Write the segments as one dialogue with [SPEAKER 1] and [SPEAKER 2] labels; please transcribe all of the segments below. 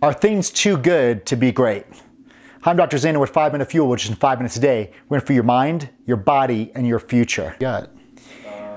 [SPEAKER 1] Are things too good to be great? I'm Dr. Zander with 5 Minute Fuel, which is in 5 minutes a day. We're in for your mind, your body, and your future. Got it.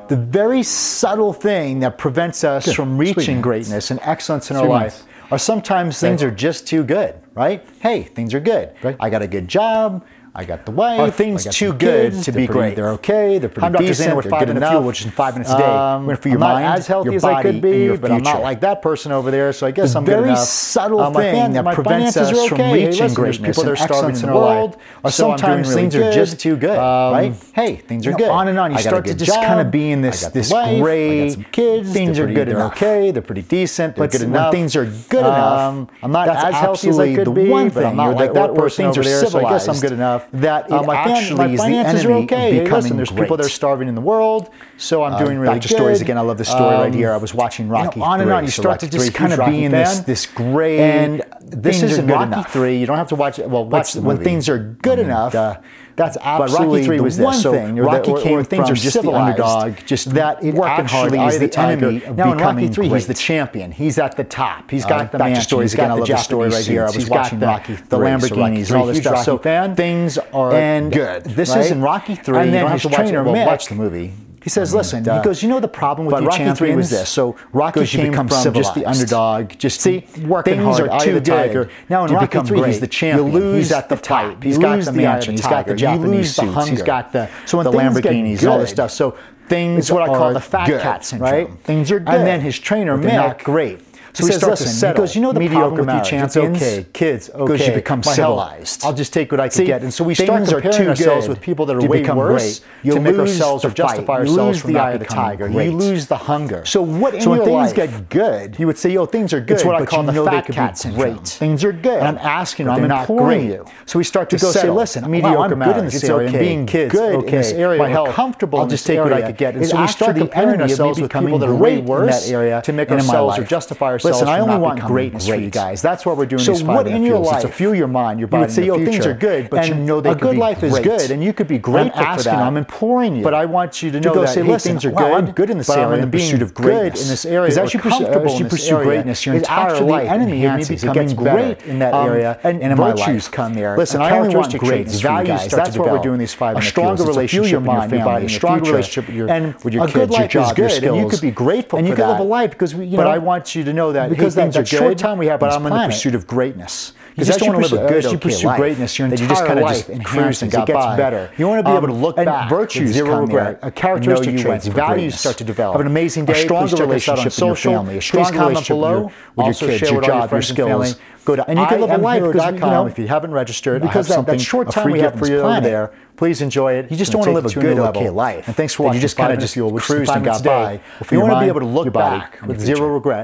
[SPEAKER 1] The very subtle thing that prevents us from reaching
[SPEAKER 2] Sweet.
[SPEAKER 1] greatness and excellence in our
[SPEAKER 2] Three
[SPEAKER 1] life
[SPEAKER 2] minutes.
[SPEAKER 1] are sometimes things are just too good, right? Hey, things are good.
[SPEAKER 2] Right.
[SPEAKER 1] I got a good job. I got the wife. Are things
[SPEAKER 2] I got
[SPEAKER 1] too
[SPEAKER 2] some
[SPEAKER 1] good
[SPEAKER 2] kids,
[SPEAKER 1] to
[SPEAKER 2] they're
[SPEAKER 1] be
[SPEAKER 2] pretty-
[SPEAKER 1] great?
[SPEAKER 2] They're okay. They're pretty
[SPEAKER 1] I'm Dr.
[SPEAKER 2] decent.
[SPEAKER 1] Zander with
[SPEAKER 2] they're
[SPEAKER 1] Five
[SPEAKER 2] good
[SPEAKER 1] Minute
[SPEAKER 2] enough.
[SPEAKER 1] Fuel, which is in five minutes a day.
[SPEAKER 2] Um,
[SPEAKER 1] We're in for your
[SPEAKER 2] I'm
[SPEAKER 1] mind,
[SPEAKER 2] not as healthy
[SPEAKER 1] your
[SPEAKER 2] as I could
[SPEAKER 1] body, and your
[SPEAKER 2] be, but I'm
[SPEAKER 1] future.
[SPEAKER 2] not like that person over there. So I guess
[SPEAKER 1] The
[SPEAKER 2] I'm good
[SPEAKER 1] very
[SPEAKER 2] enough.
[SPEAKER 1] subtle
[SPEAKER 2] Uh, my
[SPEAKER 1] thing
[SPEAKER 2] fin-
[SPEAKER 1] that
[SPEAKER 2] my
[SPEAKER 1] prevents
[SPEAKER 2] finances
[SPEAKER 1] us
[SPEAKER 2] are
[SPEAKER 1] from
[SPEAKER 2] okay.
[SPEAKER 1] reaching
[SPEAKER 2] hey, listen,
[SPEAKER 1] greatness
[SPEAKER 2] There's people
[SPEAKER 1] and
[SPEAKER 2] that are starving
[SPEAKER 1] excellence
[SPEAKER 2] in
[SPEAKER 1] in
[SPEAKER 2] the
[SPEAKER 1] our life.
[SPEAKER 2] world.
[SPEAKER 1] Or
[SPEAKER 2] so I'm doing
[SPEAKER 1] sometimes
[SPEAKER 2] really
[SPEAKER 1] things are
[SPEAKER 2] good.
[SPEAKER 1] just too good, Um, right? Hey, things are
[SPEAKER 2] you know,
[SPEAKER 1] good.
[SPEAKER 2] On and on. You
[SPEAKER 1] I got a
[SPEAKER 2] start to
[SPEAKER 1] good
[SPEAKER 2] just
[SPEAKER 1] job.
[SPEAKER 2] kind of be in
[SPEAKER 1] I
[SPEAKER 2] this
[SPEAKER 1] got the
[SPEAKER 2] this
[SPEAKER 1] wife. I got
[SPEAKER 2] gray.
[SPEAKER 1] some kids.
[SPEAKER 2] They're
[SPEAKER 1] They're
[SPEAKER 2] pretty-
[SPEAKER 1] good
[SPEAKER 2] they're
[SPEAKER 1] enough.
[SPEAKER 2] okay. They're pretty decent. They're
[SPEAKER 1] But
[SPEAKER 2] good
[SPEAKER 1] when
[SPEAKER 2] enough.
[SPEAKER 1] things are good enough,
[SPEAKER 2] Um, I'm not
[SPEAKER 1] that's
[SPEAKER 2] as healthy as I
[SPEAKER 1] absolutely
[SPEAKER 2] could
[SPEAKER 1] the
[SPEAKER 2] be.
[SPEAKER 1] one
[SPEAKER 2] but
[SPEAKER 1] thing,
[SPEAKER 2] I'm
[SPEAKER 1] or
[SPEAKER 2] not
[SPEAKER 1] like
[SPEAKER 2] like
[SPEAKER 1] that
[SPEAKER 2] that person
[SPEAKER 1] person's
[SPEAKER 2] over there. So I guess I'm
[SPEAKER 1] civilized,
[SPEAKER 2] good enough.
[SPEAKER 1] that
[SPEAKER 2] Uh,
[SPEAKER 1] it
[SPEAKER 2] my fan-
[SPEAKER 1] actually
[SPEAKER 2] my
[SPEAKER 1] is the
[SPEAKER 2] finances are
[SPEAKER 1] enemy in
[SPEAKER 2] okay. Hey, listen,
[SPEAKER 1] becoming
[SPEAKER 2] there's people that
[SPEAKER 1] great.
[SPEAKER 2] are starving in the world. So I'm doing really
[SPEAKER 1] back to
[SPEAKER 2] good.
[SPEAKER 1] stories again. I love this story right
[SPEAKER 2] Um,
[SPEAKER 1] here. I was watching
[SPEAKER 2] know,
[SPEAKER 1] Rocky.
[SPEAKER 2] on and
[SPEAKER 1] III,
[SPEAKER 2] on. You
[SPEAKER 1] so
[SPEAKER 2] start
[SPEAKER 1] Rocky
[SPEAKER 2] to just
[SPEAKER 1] III, huge
[SPEAKER 2] kinda be
[SPEAKER 1] Rocky
[SPEAKER 2] in
[SPEAKER 1] fan.
[SPEAKER 2] this- this gray,
[SPEAKER 1] And this
[SPEAKER 2] things are
[SPEAKER 1] isn't
[SPEAKER 2] good
[SPEAKER 1] good
[SPEAKER 2] enough.
[SPEAKER 1] enough. Three. You don't have to watch it. Well, watch
[SPEAKER 2] the
[SPEAKER 1] when
[SPEAKER 2] movie.
[SPEAKER 1] things are good
[SPEAKER 2] I mean,
[SPEAKER 1] enough.
[SPEAKER 2] duh.
[SPEAKER 1] That's
[SPEAKER 2] Rocky
[SPEAKER 1] absolutely
[SPEAKER 2] III
[SPEAKER 1] the
[SPEAKER 2] was this,
[SPEAKER 1] one
[SPEAKER 2] so
[SPEAKER 1] thing. or
[SPEAKER 2] Rocky
[SPEAKER 1] that, or, or
[SPEAKER 2] came
[SPEAKER 1] things
[SPEAKER 2] from
[SPEAKER 1] are
[SPEAKER 2] just
[SPEAKER 1] just
[SPEAKER 2] the
[SPEAKER 1] underdog,
[SPEAKER 2] underdog,
[SPEAKER 1] just that it
[SPEAKER 2] working hard,
[SPEAKER 1] actually
[SPEAKER 2] eye
[SPEAKER 1] is
[SPEAKER 2] of
[SPEAKER 1] the,
[SPEAKER 2] the tiger.
[SPEAKER 1] enemy of
[SPEAKER 2] Now in Rocky
[SPEAKER 1] becoming
[SPEAKER 2] III,
[SPEAKER 1] great.
[SPEAKER 2] he's the
[SPEAKER 1] champion. He's at the top. He's
[SPEAKER 2] got the mansion.
[SPEAKER 1] stories
[SPEAKER 2] He's got
[SPEAKER 1] again. I
[SPEAKER 2] the
[SPEAKER 1] love this story
[SPEAKER 2] Japanese
[SPEAKER 1] right here. I
[SPEAKER 2] suits.
[SPEAKER 1] was
[SPEAKER 2] He's got
[SPEAKER 1] watching
[SPEAKER 2] the-
[SPEAKER 1] Rocky III,
[SPEAKER 2] the Lamborghinis
[SPEAKER 1] so
[SPEAKER 2] and all this
[SPEAKER 1] huge
[SPEAKER 2] stuff.
[SPEAKER 1] Rocky
[SPEAKER 2] So
[SPEAKER 1] fan. Things are
[SPEAKER 2] and
[SPEAKER 1] good.
[SPEAKER 2] this
[SPEAKER 1] right?
[SPEAKER 2] is in Rocky III.
[SPEAKER 1] And
[SPEAKER 2] You
[SPEAKER 1] then
[SPEAKER 2] don't have
[SPEAKER 1] his
[SPEAKER 2] to watch it.
[SPEAKER 1] trainer
[SPEAKER 2] Well,
[SPEAKER 1] Mick,
[SPEAKER 2] watch the movie.
[SPEAKER 1] He says,
[SPEAKER 2] I mean,
[SPEAKER 1] "Listen."
[SPEAKER 2] duh.
[SPEAKER 1] He goes, "You know the problem with
[SPEAKER 2] But
[SPEAKER 1] you
[SPEAKER 2] Rocky III was
[SPEAKER 1] champions?
[SPEAKER 2] this. So Rocky
[SPEAKER 1] goes, you
[SPEAKER 2] came
[SPEAKER 1] become
[SPEAKER 2] from just the
[SPEAKER 1] civilized.
[SPEAKER 2] underdog, just
[SPEAKER 1] see
[SPEAKER 2] working
[SPEAKER 1] things
[SPEAKER 2] hard, eye
[SPEAKER 1] are
[SPEAKER 2] of
[SPEAKER 1] too
[SPEAKER 2] the
[SPEAKER 1] good.
[SPEAKER 2] tiger.
[SPEAKER 1] Now in
[SPEAKER 2] You
[SPEAKER 1] Rocky
[SPEAKER 2] become
[SPEAKER 1] III, he's
[SPEAKER 2] great.
[SPEAKER 1] the champion.
[SPEAKER 2] You lose
[SPEAKER 1] he's at the
[SPEAKER 2] the top.
[SPEAKER 1] top.
[SPEAKER 2] You
[SPEAKER 1] He's got
[SPEAKER 2] lose
[SPEAKER 1] the
[SPEAKER 2] the eye of
[SPEAKER 1] mansion.
[SPEAKER 2] the
[SPEAKER 1] He's got
[SPEAKER 2] tiger.
[SPEAKER 1] the
[SPEAKER 2] You
[SPEAKER 1] Japanese
[SPEAKER 2] lose the
[SPEAKER 1] suits. He's
[SPEAKER 2] hunger.
[SPEAKER 1] got the
[SPEAKER 2] So when
[SPEAKER 1] the
[SPEAKER 2] things get
[SPEAKER 1] Lamborghinis and all this
[SPEAKER 2] good,
[SPEAKER 1] stuff. So things
[SPEAKER 2] it's what I call
[SPEAKER 1] are
[SPEAKER 2] the fat
[SPEAKER 1] good,
[SPEAKER 2] cat syndrome.
[SPEAKER 1] Right?
[SPEAKER 2] Things are
[SPEAKER 1] And
[SPEAKER 2] good,
[SPEAKER 1] then his trainer
[SPEAKER 2] but they're
[SPEAKER 1] Mick,
[SPEAKER 2] not great.
[SPEAKER 1] He,
[SPEAKER 2] So he
[SPEAKER 1] says,
[SPEAKER 2] starts to
[SPEAKER 1] "Listen."
[SPEAKER 2] settle.
[SPEAKER 1] He goes, "You know the
[SPEAKER 2] Mediocre
[SPEAKER 1] problem with
[SPEAKER 2] marriage.
[SPEAKER 1] you
[SPEAKER 2] It's
[SPEAKER 1] champions?
[SPEAKER 2] okay. Kids,
[SPEAKER 1] He goes,
[SPEAKER 2] okay.
[SPEAKER 1] you become
[SPEAKER 2] My health.
[SPEAKER 1] civilized.
[SPEAKER 2] I'll just take what I can
[SPEAKER 1] See,
[SPEAKER 2] get." And so we start
[SPEAKER 1] things are
[SPEAKER 2] comparing
[SPEAKER 1] too
[SPEAKER 2] ourselves
[SPEAKER 1] good
[SPEAKER 2] with people that are
[SPEAKER 1] to
[SPEAKER 2] way
[SPEAKER 1] become
[SPEAKER 2] worse
[SPEAKER 1] great.
[SPEAKER 2] to
[SPEAKER 1] You
[SPEAKER 2] make
[SPEAKER 1] lose
[SPEAKER 2] ourselves
[SPEAKER 1] the
[SPEAKER 2] or justify
[SPEAKER 1] fight. You
[SPEAKER 2] ourselves
[SPEAKER 1] lose
[SPEAKER 2] from
[SPEAKER 1] the
[SPEAKER 2] not
[SPEAKER 1] eye of the
[SPEAKER 2] becoming
[SPEAKER 1] tiger. You
[SPEAKER 2] great.
[SPEAKER 1] lose the hunger.
[SPEAKER 2] So what
[SPEAKER 1] So
[SPEAKER 2] in
[SPEAKER 1] when
[SPEAKER 2] your
[SPEAKER 1] things
[SPEAKER 2] life
[SPEAKER 1] get good,
[SPEAKER 2] you would say, "Yo, things are good."
[SPEAKER 1] it's what I
[SPEAKER 2] but
[SPEAKER 1] call
[SPEAKER 2] you
[SPEAKER 1] the
[SPEAKER 2] know they
[SPEAKER 1] fat
[SPEAKER 2] could be
[SPEAKER 1] cat syndrome.
[SPEAKER 2] Great.
[SPEAKER 1] Things are good. And I'm asking,
[SPEAKER 2] But
[SPEAKER 1] I'm
[SPEAKER 2] they're not
[SPEAKER 1] imploring
[SPEAKER 2] great.
[SPEAKER 1] you. So we start to
[SPEAKER 2] To
[SPEAKER 1] go say,
[SPEAKER 2] settle.
[SPEAKER 1] listen, I'm
[SPEAKER 2] Mediocre
[SPEAKER 1] I'm good in
[SPEAKER 2] marriage.
[SPEAKER 1] this
[SPEAKER 2] It's
[SPEAKER 1] area. I'm
[SPEAKER 2] okay.
[SPEAKER 1] being kids,
[SPEAKER 2] Good
[SPEAKER 1] okay.
[SPEAKER 2] in this area.
[SPEAKER 1] My health,
[SPEAKER 2] I'm comfortable
[SPEAKER 1] I'll
[SPEAKER 2] in
[SPEAKER 1] just
[SPEAKER 2] this
[SPEAKER 1] take what
[SPEAKER 2] area.
[SPEAKER 1] I could get. And
[SPEAKER 2] It's
[SPEAKER 1] so we start
[SPEAKER 2] actually the
[SPEAKER 1] comparing
[SPEAKER 2] enemy of me
[SPEAKER 1] ourselves with people
[SPEAKER 2] becoming
[SPEAKER 1] that are
[SPEAKER 2] great
[SPEAKER 1] way
[SPEAKER 2] in
[SPEAKER 1] worse
[SPEAKER 2] that area
[SPEAKER 1] to make
[SPEAKER 2] and in my
[SPEAKER 1] ourselves or
[SPEAKER 2] life.
[SPEAKER 1] justify ourselves.
[SPEAKER 2] Listen, I
[SPEAKER 1] from
[SPEAKER 2] only
[SPEAKER 1] not
[SPEAKER 2] want
[SPEAKER 1] becoming
[SPEAKER 2] greatness for
[SPEAKER 1] great.
[SPEAKER 2] you guys. That's why we're doing
[SPEAKER 1] So
[SPEAKER 2] these five
[SPEAKER 1] what
[SPEAKER 2] minute
[SPEAKER 1] in your
[SPEAKER 2] fuels.
[SPEAKER 1] life?
[SPEAKER 2] It's to fuel your mind, your
[SPEAKER 1] You
[SPEAKER 2] body,
[SPEAKER 1] would say,
[SPEAKER 2] and the
[SPEAKER 1] yo, things
[SPEAKER 2] future.
[SPEAKER 1] are good, but
[SPEAKER 2] And
[SPEAKER 1] you know they
[SPEAKER 2] a
[SPEAKER 1] could
[SPEAKER 2] good
[SPEAKER 1] be
[SPEAKER 2] life is
[SPEAKER 1] great.
[SPEAKER 2] good, and you could be grateful
[SPEAKER 1] I'm asking,
[SPEAKER 2] for that.
[SPEAKER 1] I'm imploring you.
[SPEAKER 2] But I want you to
[SPEAKER 1] to
[SPEAKER 2] know
[SPEAKER 1] go
[SPEAKER 2] that
[SPEAKER 1] say,
[SPEAKER 2] hey,
[SPEAKER 1] listen,
[SPEAKER 2] things are good.
[SPEAKER 1] wow, I'm good in this
[SPEAKER 2] but
[SPEAKER 1] area.
[SPEAKER 2] I'm in
[SPEAKER 1] I'm
[SPEAKER 2] the pursuit
[SPEAKER 1] being
[SPEAKER 2] of greatness.
[SPEAKER 1] good in this area.
[SPEAKER 2] Because
[SPEAKER 1] Or
[SPEAKER 2] as you pursue,
[SPEAKER 1] comfortable
[SPEAKER 2] as
[SPEAKER 1] in
[SPEAKER 2] you
[SPEAKER 1] this
[SPEAKER 2] pursue
[SPEAKER 1] area,
[SPEAKER 2] greatness, your
[SPEAKER 1] it's
[SPEAKER 2] entire
[SPEAKER 1] actually
[SPEAKER 2] life
[SPEAKER 1] enemy
[SPEAKER 2] enhances.
[SPEAKER 1] enhances.
[SPEAKER 2] It
[SPEAKER 1] It gets
[SPEAKER 2] gets great
[SPEAKER 1] better.
[SPEAKER 2] in that
[SPEAKER 1] Um,
[SPEAKER 2] area,
[SPEAKER 1] and
[SPEAKER 2] in my
[SPEAKER 1] virtues
[SPEAKER 2] life.
[SPEAKER 1] come there.
[SPEAKER 2] Listen,
[SPEAKER 1] A
[SPEAKER 2] I only want
[SPEAKER 1] characteristic
[SPEAKER 2] great
[SPEAKER 1] traits,
[SPEAKER 2] values.
[SPEAKER 1] values
[SPEAKER 2] Start
[SPEAKER 1] that's
[SPEAKER 2] to
[SPEAKER 1] what we're
[SPEAKER 2] develop.
[SPEAKER 1] doing these five
[SPEAKER 2] A
[SPEAKER 1] minute
[SPEAKER 2] stronger
[SPEAKER 1] fuels. It's to fuel
[SPEAKER 2] relationship
[SPEAKER 1] your
[SPEAKER 2] in your
[SPEAKER 1] mind, your
[SPEAKER 2] family,
[SPEAKER 1] body,
[SPEAKER 2] in
[SPEAKER 1] and
[SPEAKER 2] your
[SPEAKER 1] stronger
[SPEAKER 2] future.
[SPEAKER 1] relationship with your-
[SPEAKER 2] And
[SPEAKER 1] with your
[SPEAKER 2] a good
[SPEAKER 1] kids, your
[SPEAKER 2] life is
[SPEAKER 1] job, your
[SPEAKER 2] good, and you
[SPEAKER 1] skills.
[SPEAKER 2] could be grateful
[SPEAKER 1] And you
[SPEAKER 2] for
[SPEAKER 1] could live
[SPEAKER 2] that.
[SPEAKER 1] a life, because we- you
[SPEAKER 2] But
[SPEAKER 1] know-
[SPEAKER 2] I want you to know that hey,
[SPEAKER 1] because that,
[SPEAKER 2] things
[SPEAKER 1] that
[SPEAKER 2] are
[SPEAKER 1] short
[SPEAKER 2] good,
[SPEAKER 1] time we have, but
[SPEAKER 2] on this
[SPEAKER 1] I'm in the
[SPEAKER 2] planet.
[SPEAKER 1] pursuit of greatness.
[SPEAKER 2] You
[SPEAKER 1] Because
[SPEAKER 2] just
[SPEAKER 1] as you
[SPEAKER 2] wanna live
[SPEAKER 1] pursue,
[SPEAKER 2] a good,
[SPEAKER 1] as you
[SPEAKER 2] okay
[SPEAKER 1] pursue
[SPEAKER 2] life,
[SPEAKER 1] greatness, your
[SPEAKER 2] that you
[SPEAKER 1] entire
[SPEAKER 2] just kinda
[SPEAKER 1] life
[SPEAKER 2] just cruise
[SPEAKER 1] enhances,
[SPEAKER 2] and
[SPEAKER 1] it
[SPEAKER 2] got
[SPEAKER 1] gets
[SPEAKER 2] by.
[SPEAKER 1] better.
[SPEAKER 2] You wanna be able to
[SPEAKER 1] Um,
[SPEAKER 2] look
[SPEAKER 1] and
[SPEAKER 2] back with
[SPEAKER 1] virtues
[SPEAKER 2] zero
[SPEAKER 1] come there,
[SPEAKER 2] regret,
[SPEAKER 1] a characteristic
[SPEAKER 2] know you
[SPEAKER 1] traits,
[SPEAKER 2] went for
[SPEAKER 1] values
[SPEAKER 2] greatness.
[SPEAKER 1] start to develop.
[SPEAKER 2] Have an amazing
[SPEAKER 1] A
[SPEAKER 2] day.
[SPEAKER 1] stronger
[SPEAKER 2] Please check us out on
[SPEAKER 1] relationship in your
[SPEAKER 2] social.
[SPEAKER 1] family, a
[SPEAKER 2] Please
[SPEAKER 1] stronger
[SPEAKER 2] comment
[SPEAKER 1] relationship
[SPEAKER 2] below.
[SPEAKER 1] with your, with
[SPEAKER 2] Also
[SPEAKER 1] your kids,
[SPEAKER 2] share
[SPEAKER 1] your
[SPEAKER 2] with all your
[SPEAKER 1] job, your
[SPEAKER 2] friends and family.
[SPEAKER 1] skills. Go to
[SPEAKER 2] And you can live a life, 'cause we- you
[SPEAKER 1] iamhero.com
[SPEAKER 2] know,
[SPEAKER 1] if you haven't registered. I
[SPEAKER 2] because
[SPEAKER 1] have
[SPEAKER 2] that- that
[SPEAKER 1] something,
[SPEAKER 2] short
[SPEAKER 1] a
[SPEAKER 2] time
[SPEAKER 1] free
[SPEAKER 2] we
[SPEAKER 1] gift
[SPEAKER 2] have
[SPEAKER 1] on
[SPEAKER 2] for
[SPEAKER 1] this
[SPEAKER 2] you over
[SPEAKER 1] planet.
[SPEAKER 2] there,
[SPEAKER 1] Please enjoy it.
[SPEAKER 2] you just
[SPEAKER 1] It's
[SPEAKER 2] don't
[SPEAKER 1] gonna
[SPEAKER 2] wanna
[SPEAKER 1] take
[SPEAKER 2] live a
[SPEAKER 1] you to
[SPEAKER 2] good,
[SPEAKER 1] new
[SPEAKER 2] okay life.
[SPEAKER 1] And thanks for
[SPEAKER 2] That you
[SPEAKER 1] watching.
[SPEAKER 2] just
[SPEAKER 1] Five
[SPEAKER 2] kinda
[SPEAKER 1] Minutes
[SPEAKER 2] just
[SPEAKER 1] Fuel, which is
[SPEAKER 2] cruised
[SPEAKER 1] five
[SPEAKER 2] and got
[SPEAKER 1] minutes a day.
[SPEAKER 2] by.
[SPEAKER 1] If
[SPEAKER 2] You
[SPEAKER 1] you
[SPEAKER 2] wanna
[SPEAKER 1] want to
[SPEAKER 2] be
[SPEAKER 1] be
[SPEAKER 2] able
[SPEAKER 1] able to
[SPEAKER 2] to
[SPEAKER 1] look
[SPEAKER 2] look back
[SPEAKER 1] back
[SPEAKER 2] in the
[SPEAKER 1] with zero
[SPEAKER 2] future.
[SPEAKER 1] regret